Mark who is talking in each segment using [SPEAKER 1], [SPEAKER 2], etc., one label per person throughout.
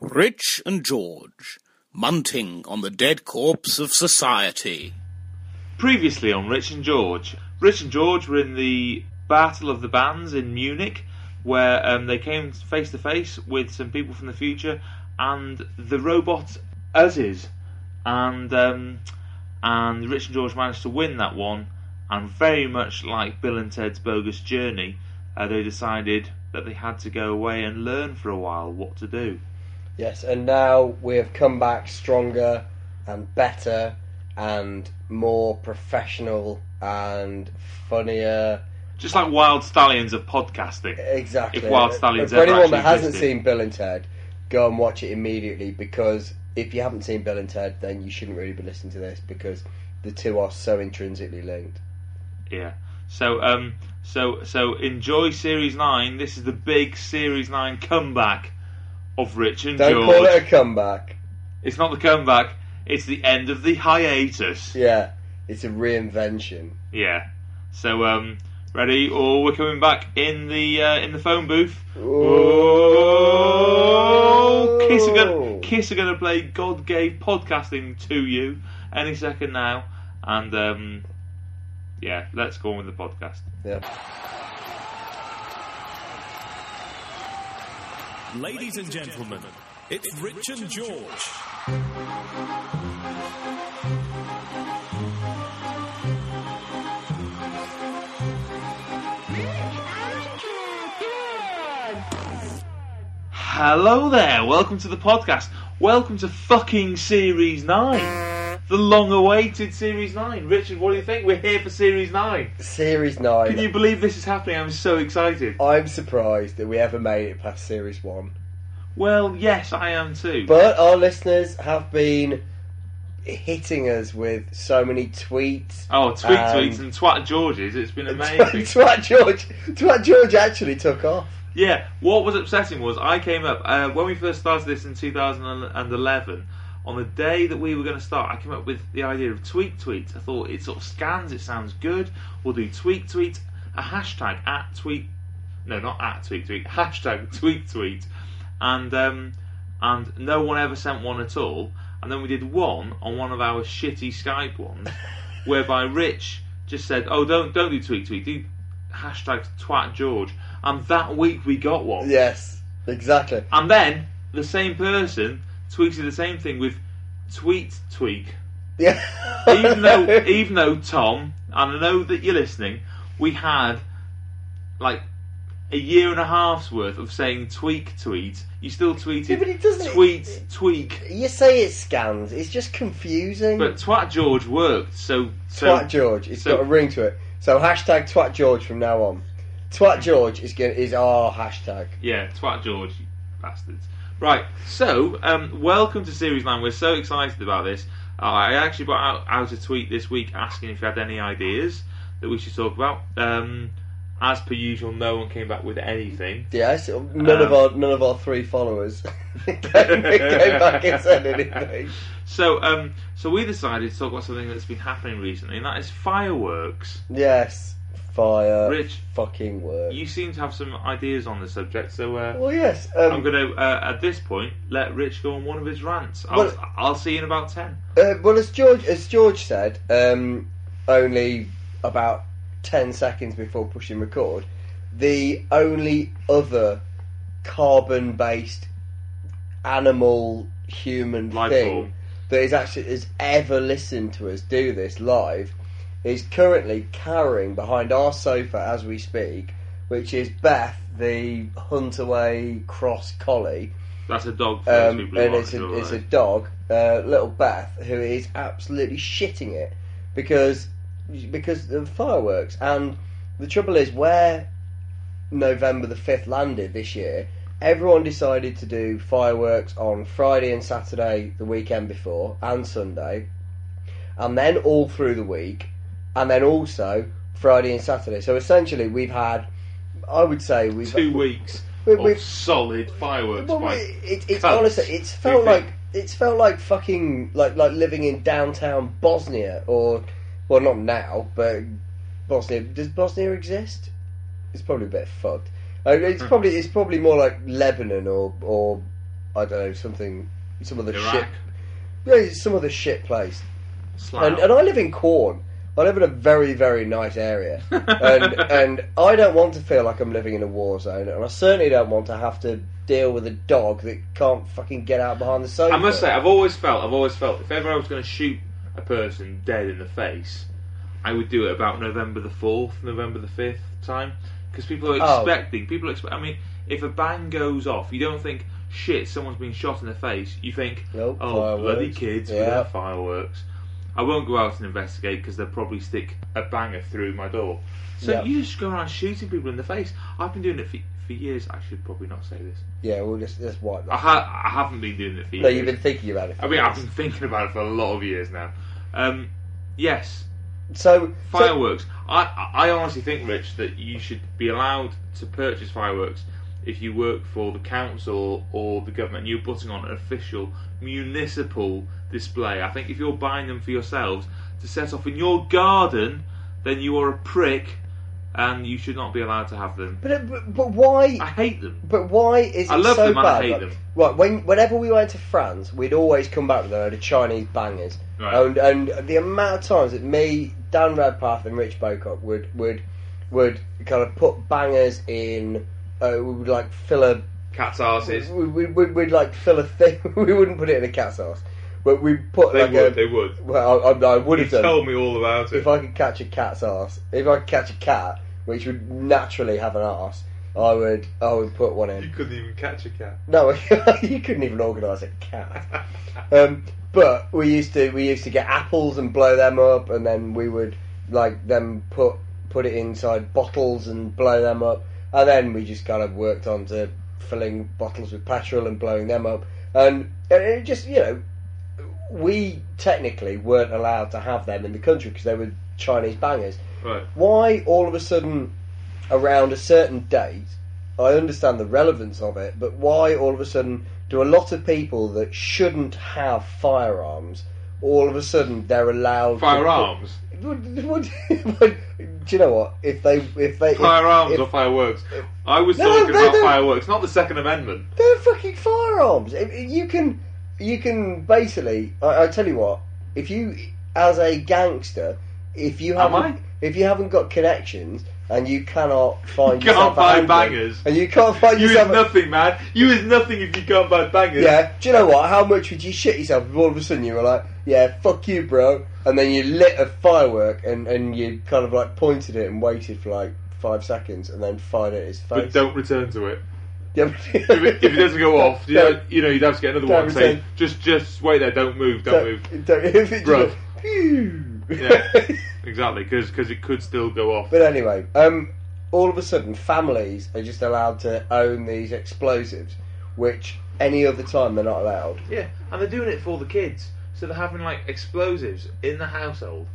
[SPEAKER 1] Rich and George, munting on the dead corpse of society.
[SPEAKER 2] Previously on Rich and George, Rich and George were in the Battle of the Bands in Munich, where um, they came face to face with some people from the future and the robot Uzziz. And um, and Rich and George managed to win that one. And very much like Bill and Ted's Bogus Journey, uh, they decided that they had to go away and learn for a while what to do.
[SPEAKER 3] Yes, and now we have come back stronger and better and more professional and funnier.
[SPEAKER 2] Just like Wild Stallions of podcasting.
[SPEAKER 3] Exactly.
[SPEAKER 2] If Wild Stallions
[SPEAKER 3] For
[SPEAKER 2] ever
[SPEAKER 3] anyone that
[SPEAKER 2] actually
[SPEAKER 3] hasn't
[SPEAKER 2] existed.
[SPEAKER 3] seen Bill and Ted, go and watch it immediately because if you haven't seen Bill and Ted, then you shouldn't really be listening to this because the two are so intrinsically linked.
[SPEAKER 2] Yeah. So um so so enjoy series nine. This is the big series nine comeback of Rich and
[SPEAKER 3] Don't
[SPEAKER 2] George.
[SPEAKER 3] call it a comeback.
[SPEAKER 2] It's not the comeback. It's the end of the hiatus.
[SPEAKER 3] Yeah, it's a reinvention.
[SPEAKER 2] Yeah. So um, ready? Or we're coming back in the uh, in the phone booth. Oh, Kiss are gonna Kiss are gonna play God gave podcasting to you any second now, and um, yeah, let's go on with the podcast.
[SPEAKER 3] Yeah.
[SPEAKER 4] Ladies and gentlemen, it's Rich and George.
[SPEAKER 2] Hello there, welcome to the podcast. Welcome to fucking Series 9. The long awaited Series 9. Richard, what do you think? We're here for Series 9.
[SPEAKER 3] Series 9.
[SPEAKER 2] Can you believe this is happening? I'm so excited.
[SPEAKER 3] I'm surprised that we ever made it past Series 1.
[SPEAKER 2] Well, yes, I am too.
[SPEAKER 3] But our listeners have been hitting us with so many tweets.
[SPEAKER 2] oh, tweet
[SPEAKER 3] Um,
[SPEAKER 2] tweets and twat Georges, it's been amazing.
[SPEAKER 3] Twat George, Twat George actually took off.
[SPEAKER 2] Yeah, what was upsetting was I came up uh, when we first started this in 2011. On the day that we were going to start, I came up with the idea of tweet tweets. I thought it sort of scans, it sounds good. We'll do tweet tweet, a hashtag at tweet, no, not at tweet tweet, hashtag tweet tweet, and um, and no one ever sent one at all. And then we did one on one of our shitty Skype ones, whereby Rich just said, "Oh, don't don't do tweet tweet, do hashtag twat George." And that week we got one.
[SPEAKER 3] Yes, exactly.
[SPEAKER 2] And then the same person tweeted the same thing with tweet tweak.
[SPEAKER 3] Yeah.
[SPEAKER 2] Even though even though Tom, and I know that you're listening, we had like a year and a half's worth of saying tweak tweet. You still tweeted
[SPEAKER 3] Yeah, but it doesn't-
[SPEAKER 2] tweet tweak.
[SPEAKER 3] you say it scans, it's just confusing.
[SPEAKER 2] But twat George worked, so so
[SPEAKER 3] Twat George, it's
[SPEAKER 2] so-
[SPEAKER 3] got a ring to it. So hashtag Twat George from now on. Twat George is going is our hashtag.
[SPEAKER 2] Yeah, twat George, you bastards. Right, so um, welcome to Series 9. We're so excited about this. Uh, I actually put out, out a tweet this week asking if you had any ideas that we should talk about. Um, as per usual, no one came back with anything.
[SPEAKER 3] Yes, none
[SPEAKER 2] Um,
[SPEAKER 3] of our none of our three followers came back and said anything.
[SPEAKER 2] So, um, so we decided to talk about something that's been happening recently, and that is fireworks.
[SPEAKER 3] Yes, fire.
[SPEAKER 2] Rich.
[SPEAKER 3] fucking work.
[SPEAKER 2] You seem to have some ideas on the subject, so uh,
[SPEAKER 3] well, yes. Um,
[SPEAKER 2] I'm going to, uh, at this point, let Rich go on one of his rants. I'll,
[SPEAKER 3] Well-
[SPEAKER 2] I'll see you in about 10.
[SPEAKER 3] Uh, well, as George as George said, um, only about ten seconds before pushing record, the only other carbon-based animal human
[SPEAKER 2] Life
[SPEAKER 3] thing
[SPEAKER 2] form.
[SPEAKER 3] that is actually has ever listened to us do this live is currently carrying behind our sofa as we speak, which is Beth, the Hunterway Cross Collie
[SPEAKER 2] That's a dog for those
[SPEAKER 3] um,
[SPEAKER 2] people who
[SPEAKER 3] and
[SPEAKER 2] aren't
[SPEAKER 3] it's a,
[SPEAKER 2] sure,
[SPEAKER 3] it's a
[SPEAKER 2] right?
[SPEAKER 3] dog, uh, little Beth, who is absolutely shitting it because because of fireworks. And the trouble is, where November the fifth landed this year, everyone decided to do fireworks on Friday and Saturday, the weekend before, and Sunday, and then all through the week, and then also Friday and Saturday. So essentially, we've had, I would say, we've
[SPEAKER 2] two weeks
[SPEAKER 3] we-
[SPEAKER 2] of
[SPEAKER 3] we've-
[SPEAKER 2] solid fireworks.
[SPEAKER 3] Well,
[SPEAKER 2] by
[SPEAKER 3] it, it, it's
[SPEAKER 2] cunts.
[SPEAKER 3] honestly, it's
[SPEAKER 2] Do
[SPEAKER 3] felt
[SPEAKER 2] you think?
[SPEAKER 3] like it's felt like fucking like like living in downtown Bosnia or well, not now, but Bosnia. Does Bosnia exist? It's probably a bit fucked. Uh, It's probably it's probably more like Lebanon or or I don't know something some other
[SPEAKER 2] Iraq.
[SPEAKER 3] shit. Yeah, some other shit place.
[SPEAKER 2] Slough.
[SPEAKER 3] And, and I live in Corn. I live in a very, very nice area, and and I don't want to feel like I'm living in a war zone, and I certainly don't want to have to deal with a dog that can't fucking get out behind the sofa.
[SPEAKER 2] I must say, I've always felt, I've always felt, if ever I was going to shoot a person dead in the face, I would do it about November the fourth, November the fifth time, because people are
[SPEAKER 3] Oh.
[SPEAKER 2] expecting. People expect. I mean, if a bang goes off, you don't think shit. Someone's been shot in the face. You think,
[SPEAKER 3] Nope,
[SPEAKER 2] oh, bloody
[SPEAKER 3] fireworks.
[SPEAKER 2] kids
[SPEAKER 3] Yeah.
[SPEAKER 2] with their fireworks. I won't go out and investigate because they'll probably stick a banger through my door. So
[SPEAKER 3] Yep.
[SPEAKER 2] you just go around shooting people in the face. I've been doing it for, for years. I should probably not say this.
[SPEAKER 3] yeah, we'll just just wipe
[SPEAKER 2] I,
[SPEAKER 3] that.
[SPEAKER 2] ha- I haven't been doing it for years.
[SPEAKER 3] No, you've been thinking about it. for
[SPEAKER 2] I mean, I've
[SPEAKER 3] years.
[SPEAKER 2] been thinking about it for a lot of years now. Um, yes,
[SPEAKER 3] so so-
[SPEAKER 2] fireworks. I, I honestly think, Rich, that you should be allowed to purchase fireworks if you work for the council or the government. You're putting on an official municipal display. I think if you're buying them for yourselves to set off in your garden, then you are a prick and you should not be allowed to have them.
[SPEAKER 3] but, it- but but why?
[SPEAKER 2] I hate them.
[SPEAKER 3] But why is it
[SPEAKER 2] I love
[SPEAKER 3] so
[SPEAKER 2] them and I
[SPEAKER 3] bad?
[SPEAKER 2] hate
[SPEAKER 3] like-
[SPEAKER 2] them.
[SPEAKER 3] Right, when whenever we went to France, we'd always come back with a load of Chinese bangers,
[SPEAKER 2] Right.
[SPEAKER 3] and and the amount of times that me, Dan Radpath, and Rich Bocock would would would kind of put bangers in, uh, we would like fill a
[SPEAKER 2] Cat's arses.
[SPEAKER 3] we, we, we'd, we'd like fill a thing. we wouldn't put it in a cat's ass, but we put
[SPEAKER 2] They
[SPEAKER 3] like
[SPEAKER 2] would,
[SPEAKER 3] a.
[SPEAKER 2] they would.
[SPEAKER 3] well, I, I, I would
[SPEAKER 2] You
[SPEAKER 3] have done
[SPEAKER 2] told me all about it.
[SPEAKER 3] if I could catch a cat's ass. If I could catch a cat, which would naturally have an ass, I would I would put one in.
[SPEAKER 2] You couldn't even catch a cat.
[SPEAKER 3] No, you couldn't even organise a cat. Um, but we used to we used to get apples and blow them up, and then we would like then put put it inside bottles and blow them up, and then we just kind of worked on to filling bottles with petrol and blowing them up, and, and it just you know we technically weren't allowed to have them in the country because they were Chinese bangers.
[SPEAKER 2] Right.
[SPEAKER 3] Why all of a sudden around a certain date? I understand the relevance of it, but why all of a sudden do a lot of people that shouldn't have firearms all of a sudden they're allowed
[SPEAKER 2] Firearms.
[SPEAKER 3] To, Would- would- would- do you know what? If they if they if-
[SPEAKER 2] Firearms
[SPEAKER 3] if,
[SPEAKER 2] or fireworks? I was
[SPEAKER 3] No,
[SPEAKER 2] talking
[SPEAKER 3] no,
[SPEAKER 2] about
[SPEAKER 3] no.
[SPEAKER 2] fireworks, not the Second Amendment.
[SPEAKER 3] They're fucking firearms. If- if You can, you can basically. I, I tell you what. If you, as a gangster, if you
[SPEAKER 2] Am
[SPEAKER 3] haven't, if you haven't got connections and you cannot find,
[SPEAKER 2] You can't
[SPEAKER 3] yourself a
[SPEAKER 2] buy
[SPEAKER 3] handgun,
[SPEAKER 2] bangers.
[SPEAKER 3] and you can't find
[SPEAKER 2] You is
[SPEAKER 3] yourself. a-
[SPEAKER 2] nothing, man. You is nothing if you can't buy bangers.
[SPEAKER 3] yeah, do you know what? How much would you shit yourself if all of a sudden you were like, "Yeah, fuck you, bro," and then you lit a firework and and you kind of like pointed it and waited for like five seconds and then fired it at his
[SPEAKER 2] But
[SPEAKER 3] face.
[SPEAKER 2] don't return to it.
[SPEAKER 3] Yeah,
[SPEAKER 2] If it, if it doesn't go off, you
[SPEAKER 3] Don't-
[SPEAKER 2] know, you know you'd have to get another
[SPEAKER 3] Don't
[SPEAKER 2] one. Say,
[SPEAKER 3] return.
[SPEAKER 2] just, just wait there. Don't move. Don't, move.
[SPEAKER 3] Don't, don't, if it
[SPEAKER 2] Bruv.
[SPEAKER 3] just,
[SPEAKER 2] Yeah. Exactly, because it could still go off.
[SPEAKER 3] but anyway, um, all of a sudden, families are just allowed to own these explosives, which any other time they're not allowed.
[SPEAKER 2] Yeah, and they're doing it for the kids. So they're having like explosives in the household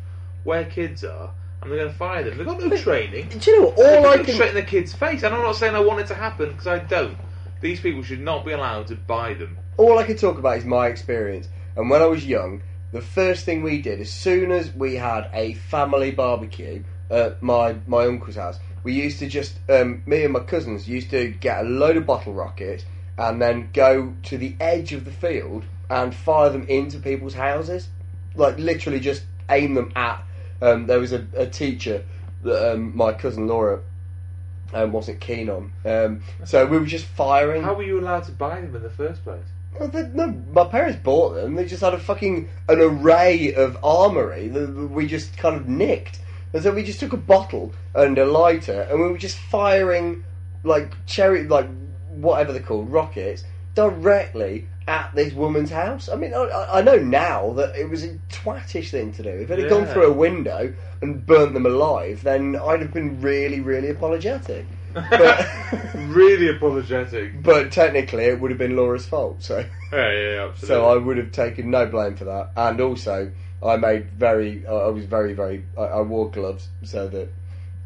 [SPEAKER 2] where kids are, and they're going to fire them. They've got no training.
[SPEAKER 3] Do you know what? all I
[SPEAKER 2] All
[SPEAKER 3] can?
[SPEAKER 2] straight in the kid's face, and I'm not saying I want it to happen because I don't. These people should not be allowed to buy them.
[SPEAKER 3] all I can talk about is my experience. And when I was young, the first thing we did, as soon as we had a family barbecue at my my uncle's house, we used to just um, me and my cousins used to get a load of bottle rockets and then go to the edge of the field and fire them into people's houses, like literally just aim them at. Um, there was a, a teacher that um, my cousin Laura um, wasn't keen on, um, so we were just firing.
[SPEAKER 2] How were you allowed to buy them in the first place?
[SPEAKER 3] Well, they, no, my parents bought them. They just had a fucking an array of armory that we just kind of nicked, and so we just took a bottle and a lighter, and we were just firing like cherry, like whatever they're called, rockets directly at this woman's house. I mean, I- I, I know now that it was a twatish thing to do. If it had gone
[SPEAKER 2] Yeah.
[SPEAKER 3] through a window and burnt them alive, then I'd have been really, really apologetic. But,
[SPEAKER 2] really apologetic.
[SPEAKER 3] but technically, it would have been Laura's fault. So.
[SPEAKER 2] Yeah, yeah, absolutely.
[SPEAKER 3] So I would have taken no blame for that, and also I made very, I I was very, very, I, I wore gloves so that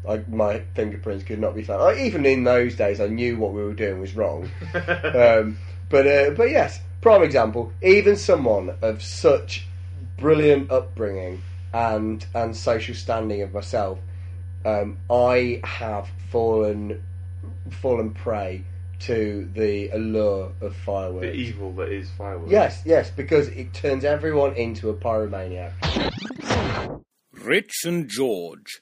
[SPEAKER 3] I, my fingerprints could not be found. I, even in those days, I knew what we were doing was wrong. um, but uh, but yes, prime example. Even someone of such brilliant upbringing and and social standing of myself, um, I have fallen fallen prey to the allure of fireworks.
[SPEAKER 2] The evil that is fireworks.
[SPEAKER 3] Yes, yes, because it turns everyone into a pyromaniac.
[SPEAKER 1] Rich and George,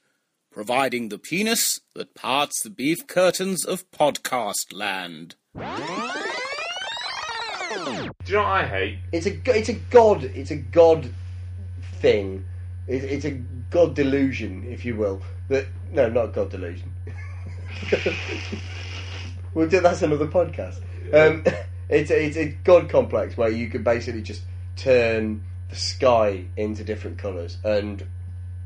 [SPEAKER 1] providing the penis that parts the beef curtains of podcast land.
[SPEAKER 2] Do you know what I hate?
[SPEAKER 3] It's a go- it's a god it's a god thing. It, it's a god delusion, if you will. That no, not god delusion. we'll do that's another podcast. Um, it's a, it's a god complex where you can basically just turn the sky into different colours and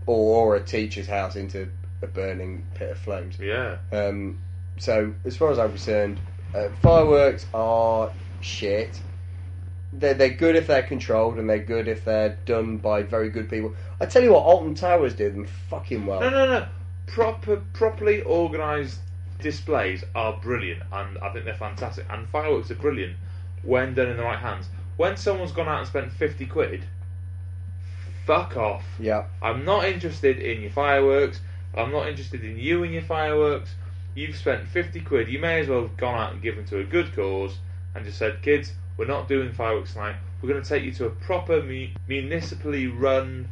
[SPEAKER 3] or, or a teacher's house into a burning pit of flames.
[SPEAKER 2] Yeah.
[SPEAKER 3] Um, so, as far as I'm concerned, uh, fireworks are shit. They're, they're good if they're controlled, and they're good if they're done by very good people. I tell you what, Alton Towers do them fucking well.
[SPEAKER 2] No, no, no. Proper, properly organised displays are brilliant, and I think they're fantastic. And fireworks are brilliant when done in the right hands. When someone's gone out and spent fifty quid, fuck off.
[SPEAKER 3] Yeah,
[SPEAKER 2] I'm not interested in your fireworks. I'm not interested in you and your fireworks. You've spent 50 quid. You may as well have gone out and given to a good cause and just said, kids, we're not doing fireworks tonight. We're going to take you to a proper mu- municipally run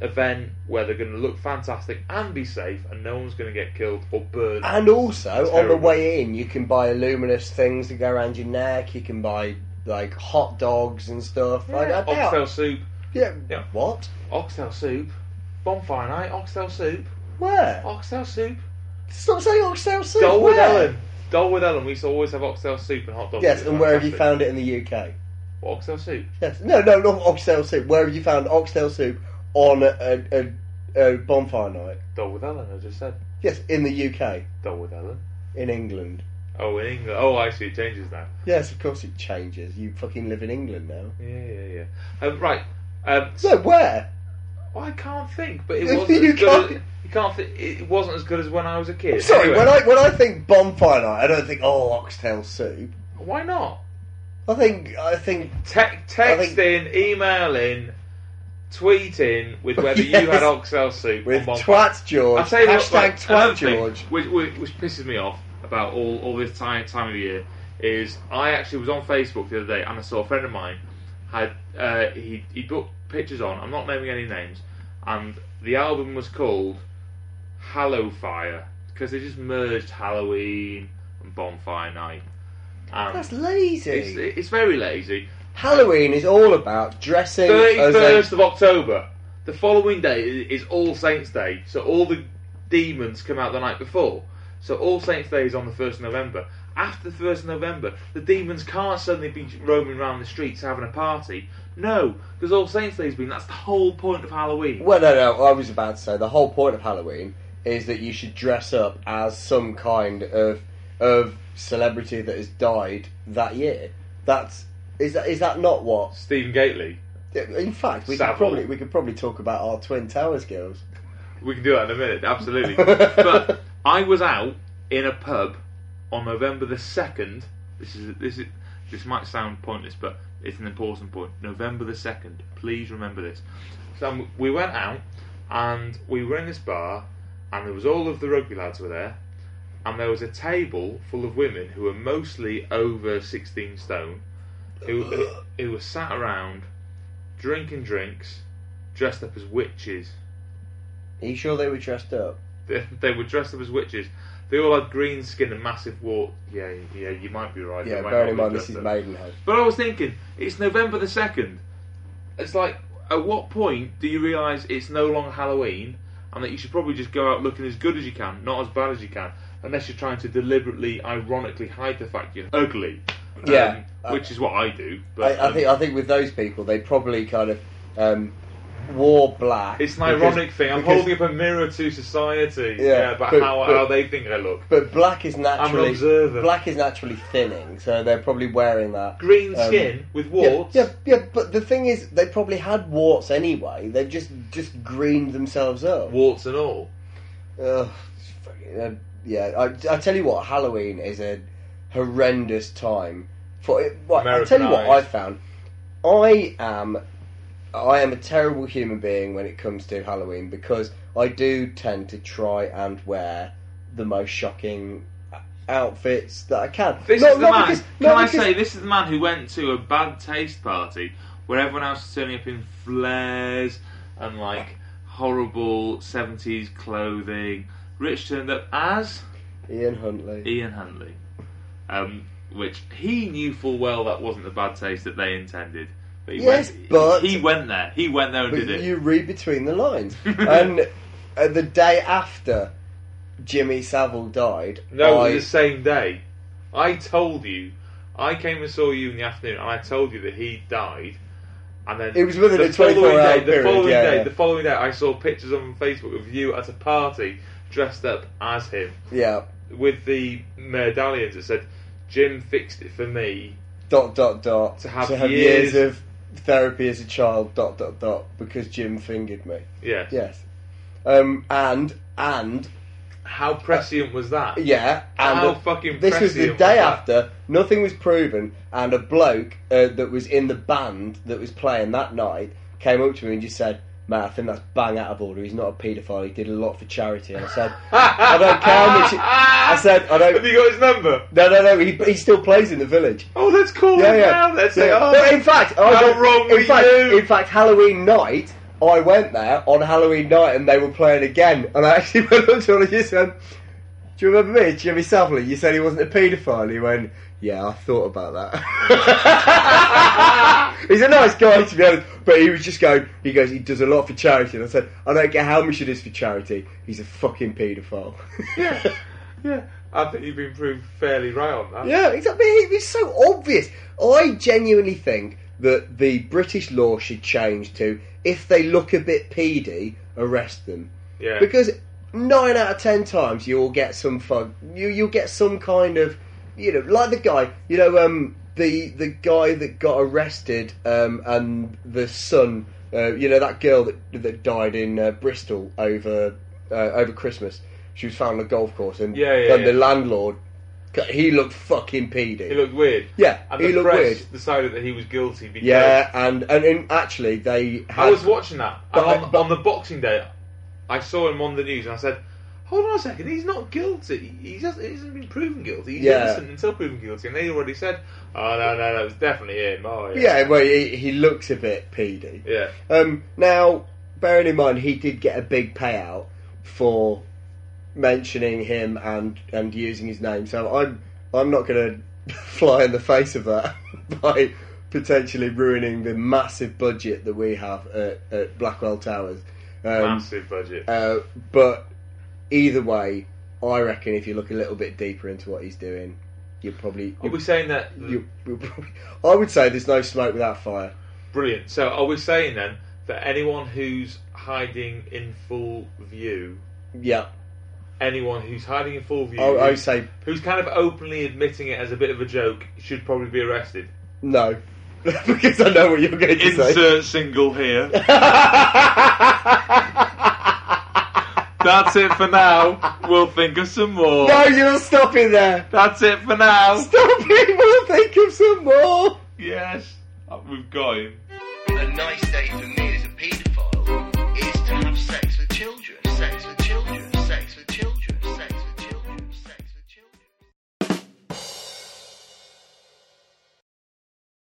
[SPEAKER 2] event where they're going to look fantastic and be safe and no one's going to get killed or burned.
[SPEAKER 3] and also on the
[SPEAKER 2] terrible.
[SPEAKER 3] way in, you can buy luminous things that go around your neck. You can buy like hot dogs and stuff.
[SPEAKER 2] Yeah,
[SPEAKER 3] Like, that. They are-
[SPEAKER 2] oxtail soup.
[SPEAKER 3] yeah.
[SPEAKER 2] Yeah.
[SPEAKER 3] What?
[SPEAKER 2] Oxtail soup. Bonfire night. Oxtail soup.
[SPEAKER 3] Where?
[SPEAKER 2] Oxtail soup.
[SPEAKER 3] Stop saying oxtail soup.
[SPEAKER 2] Dolwood
[SPEAKER 3] where?
[SPEAKER 2] Ellen. Dolwood Ellen. We used to always have oxtail soup and hot dogs.
[SPEAKER 3] Yes, and where have you
[SPEAKER 2] Fantastic.
[SPEAKER 3] found it in the UK?
[SPEAKER 2] What, oxtail soup?
[SPEAKER 3] Yes. No, no, not oxtail soup. Where have you found oxtail soup on a, a, a, a bonfire night?
[SPEAKER 2] Dole with Ellen, I just said.
[SPEAKER 3] Yes, in the UK,
[SPEAKER 2] Dole with Ellen.
[SPEAKER 3] in England.
[SPEAKER 2] Oh, in England. Oh, I see. It changes now.
[SPEAKER 3] Yes, of course it changes. You fucking live in England now.
[SPEAKER 2] Yeah, yeah, yeah. Um, right. Um,
[SPEAKER 3] So where?
[SPEAKER 2] well, I can't think, but it
[SPEAKER 3] You
[SPEAKER 2] wasn't as good.
[SPEAKER 3] can't-
[SPEAKER 2] As, you can't. Think, it wasn't as good as when I was a kid.
[SPEAKER 3] Sorry,
[SPEAKER 2] Anyway,
[SPEAKER 3] when I when I think bonfire night, I don't think oh oxtail soup.
[SPEAKER 2] Why not?
[SPEAKER 3] I think I think
[SPEAKER 2] Te- texting, emailing, tweeting with whether you had
[SPEAKER 3] Yes.
[SPEAKER 2] oxtail soup
[SPEAKER 3] with
[SPEAKER 2] on bonfire.
[SPEAKER 3] twat George.
[SPEAKER 2] I'll tell you what,
[SPEAKER 3] hashtag
[SPEAKER 2] right, another
[SPEAKER 3] twat
[SPEAKER 2] thing
[SPEAKER 3] George.
[SPEAKER 2] which, which, which pisses me off about all, all this time, time of year is I actually was on Facebook the other day and I saw a friend of mine had uh, he he put pictures on. I'm not naming any names, and the album was called Hallow Fire because they just merged Halloween and Bonfire Night. And
[SPEAKER 3] That's lazy.
[SPEAKER 2] it's, it's very lazy.
[SPEAKER 3] Halloween is all about dressing as a
[SPEAKER 2] 31st of October. The following day i- is All Saints Day, so all the demons come out the night before. So All Saints Day is on the 1st of November. After the 1st of November, the demons can't suddenly be roaming around the streets having a party. No, because All Saints Day's been, that's the whole point of Halloween.
[SPEAKER 3] Well, no, no. I was about to say the whole point of Halloween is that you should dress up as some kind of of celebrity that has died that year. That's is that is that not what?
[SPEAKER 2] Stephen Gately.
[SPEAKER 3] In fact, we
[SPEAKER 2] Savile.
[SPEAKER 3] could probably we could probably talk about our Twin Towers girls.
[SPEAKER 2] We can do that in a minute, absolutely. but I was out in a pub on November the second. This is this is this might sound pointless, but it's an important point. November the second. Please remember this. So um, we went out and we were in this bar, and there was all of the rugby lads were there, and there was a table full of women who were mostly over sixteen stone, who who, who were sat around drinking drinks, dressed up as witches.
[SPEAKER 3] Are you sure they were dressed up?
[SPEAKER 2] They, they were dressed up as witches. They all had green skin and massive wart. Yeah, yeah, you might be right.
[SPEAKER 3] Yeah,
[SPEAKER 2] They might
[SPEAKER 3] bearing
[SPEAKER 2] not
[SPEAKER 3] in
[SPEAKER 2] be
[SPEAKER 3] mind
[SPEAKER 2] dressed
[SPEAKER 3] this is
[SPEAKER 2] up.
[SPEAKER 3] Maidenhead.
[SPEAKER 2] But I was thinking, it's November the 2nd. It's like, at what point do you realise it's no longer Halloween and that you should probably just go out looking as good as you can, not as bad as you can, unless you're trying to deliberately, ironically hide the fact you're ugly? Um,
[SPEAKER 3] Yeah, I-
[SPEAKER 2] which is what I do.
[SPEAKER 3] I,
[SPEAKER 2] But
[SPEAKER 3] I
[SPEAKER 2] um,
[SPEAKER 3] think I think with those people, they probably kind of um, wore black.
[SPEAKER 2] it's an
[SPEAKER 3] because-
[SPEAKER 2] ironic thing. I'm
[SPEAKER 3] because-
[SPEAKER 2] holding up a mirror to society
[SPEAKER 3] Yeah,
[SPEAKER 2] about
[SPEAKER 3] but-
[SPEAKER 2] how,
[SPEAKER 3] but-
[SPEAKER 2] how they think I look.
[SPEAKER 3] But black is naturally
[SPEAKER 2] observer.
[SPEAKER 3] black is naturally thinning, so they're probably wearing that
[SPEAKER 2] Green
[SPEAKER 3] um,
[SPEAKER 2] skin with
[SPEAKER 3] yeah,
[SPEAKER 2] warts.
[SPEAKER 3] Yeah, yeah, but the thing is, they probably had warts anyway. They've just just greened themselves up.
[SPEAKER 2] warts and all.
[SPEAKER 3] Ugh, it's fucking- uh, yeah, I, I tell you what, Halloween is a horrendous time for. It, right, I tell you what, I
[SPEAKER 2] Americanized.
[SPEAKER 3] found I am I am a terrible human being when it comes to Halloween because I do tend to try and wear the most shocking outfits that I can.
[SPEAKER 2] This
[SPEAKER 3] Not-
[SPEAKER 2] is the
[SPEAKER 3] not
[SPEAKER 2] man.
[SPEAKER 3] because-
[SPEAKER 2] Can
[SPEAKER 3] not
[SPEAKER 2] I
[SPEAKER 3] because-
[SPEAKER 2] say this is the man who went to a bad taste party where everyone else is turning up in flares and like horrible seventies clothing. Rich turned up as
[SPEAKER 3] Ian Huntley?
[SPEAKER 2] Ian Huntley, um, which he knew full well that wasn't the bad taste that they intended. But he
[SPEAKER 3] Yes,
[SPEAKER 2] went,
[SPEAKER 3] but-
[SPEAKER 2] he went there. He went there and
[SPEAKER 3] But
[SPEAKER 2] did it.
[SPEAKER 3] you read between the lines. and uh, the day after Jimmy Savile died,
[SPEAKER 2] No,
[SPEAKER 3] I,
[SPEAKER 2] it was the same day. I told you. I came and saw you in the afternoon, and I told you that he died. And then
[SPEAKER 3] It was within a 24
[SPEAKER 2] following
[SPEAKER 3] hour
[SPEAKER 2] day, the
[SPEAKER 3] period,
[SPEAKER 2] following
[SPEAKER 3] yeah,
[SPEAKER 2] day,
[SPEAKER 3] yeah.
[SPEAKER 2] the following day, I saw pictures on Facebook of you at a party dressed up as him
[SPEAKER 3] yeah,
[SPEAKER 2] with the medallions that said "Jim fixed it for me."
[SPEAKER 3] dot dot dot
[SPEAKER 2] To have
[SPEAKER 3] years.
[SPEAKER 2] years-
[SPEAKER 3] of therapy as a child dot dot dot because Jim fingered me.
[SPEAKER 2] Yeah.
[SPEAKER 3] Yes, um, and and
[SPEAKER 2] How prescient was that?
[SPEAKER 3] yeah, and
[SPEAKER 2] How
[SPEAKER 3] the-
[SPEAKER 2] fucking
[SPEAKER 3] this was the
[SPEAKER 2] prescient was
[SPEAKER 3] day
[SPEAKER 2] that?
[SPEAKER 3] after. Nothing was proven, and a bloke uh, that was in the band that was playing that night came up to me and just said. Man, I think that's bang out of order. He's not a paedophile. He did a lot for charity. And I said, I don't care how much. He, I said, I
[SPEAKER 2] Have
[SPEAKER 3] don't.
[SPEAKER 2] you got his number?
[SPEAKER 3] No, no, no. He, he still plays in the village.
[SPEAKER 2] Oh, that's cool.
[SPEAKER 3] Yeah, yeah.
[SPEAKER 2] Now that's
[SPEAKER 3] Yeah.
[SPEAKER 2] it. Oh,
[SPEAKER 3] but in fact, I
[SPEAKER 2] how
[SPEAKER 3] went-
[SPEAKER 2] wrong
[SPEAKER 3] in
[SPEAKER 2] were
[SPEAKER 3] fact,
[SPEAKER 2] you?
[SPEAKER 3] In fact, Halloween night, I went there on Halloween night, and they were playing again. And I actually went up to him and just said, "Do you remember me, Jimmy Savile? You said he wasn't a paedophile." And he went, "Yeah, I thought about that." He's a nice guy to be honest, but he was just going. He goes, he does a lot for charity, and I said, I don't care how much it is for charity. He's a fucking paedophile.
[SPEAKER 2] yeah, yeah. I think you've been proved fairly right on that.
[SPEAKER 3] Yeah, exactly. It was so obvious. I genuinely think that the British law should change to if they look a bit peedy, arrest them.
[SPEAKER 2] Yeah.
[SPEAKER 3] Because nine out of ten times you'll get some fun. You you'll get some kind of, you know, like the guy. You know, um, the the guy that got arrested, um, and the son. Uh, you know that girl that that died in uh, Bristol over uh, over Christmas. She was found on a golf course, and
[SPEAKER 2] Yeah, yeah,
[SPEAKER 3] and the
[SPEAKER 2] yeah.
[SPEAKER 3] landlord, he looked fucking peedy.
[SPEAKER 2] he looked weird.
[SPEAKER 3] Yeah,
[SPEAKER 2] and the
[SPEAKER 3] he looked
[SPEAKER 2] press
[SPEAKER 3] weird.
[SPEAKER 2] decided that he was guilty because
[SPEAKER 3] Yeah, and, and and actually they had
[SPEAKER 2] I was watching that and
[SPEAKER 3] But-
[SPEAKER 2] on,
[SPEAKER 3] but-
[SPEAKER 2] on the Boxing Day. I saw him on the news and I said, "Hold on a second, he's not guilty. He hasn't, he hasn't been proven guilty. He's
[SPEAKER 3] Yeah.
[SPEAKER 2] innocent until proven guilty." And they already said, "Oh no, no, no, it's definitely him." Oh yeah,
[SPEAKER 3] yeah, well he, he looks a bit peedy.
[SPEAKER 2] yeah.
[SPEAKER 3] Um, now bearing in mind he did get a big payout for mentioning him and and using his name, so I'm I'm not going to fly in the face of that by potentially ruining the massive budget that we have at, at Blackwell Towers. Um,
[SPEAKER 2] Massive budget.
[SPEAKER 3] Uh, but either way, I reckon if you look a little bit deeper into what he's doing, you're probably.
[SPEAKER 2] Are we saying that?
[SPEAKER 3] you, you, probably I would say there's no smoke without fire.
[SPEAKER 2] Brilliant. So are we saying then that anyone who's hiding in full view,
[SPEAKER 3] Yeah,
[SPEAKER 2] anyone who's hiding in full view,
[SPEAKER 3] I, Oh, I would
[SPEAKER 2] who's,
[SPEAKER 3] say
[SPEAKER 2] who's kind of openly admitting it as a bit of a joke, should probably be arrested?
[SPEAKER 3] no. because I know what you're going to say.
[SPEAKER 2] single here. That's it for now. We'll think of some more.
[SPEAKER 3] No, you're stopping there.
[SPEAKER 2] That's it for now.
[SPEAKER 3] Stop it, we'll think of some more.
[SPEAKER 2] Yes, we've got him.
[SPEAKER 5] A nice day for me.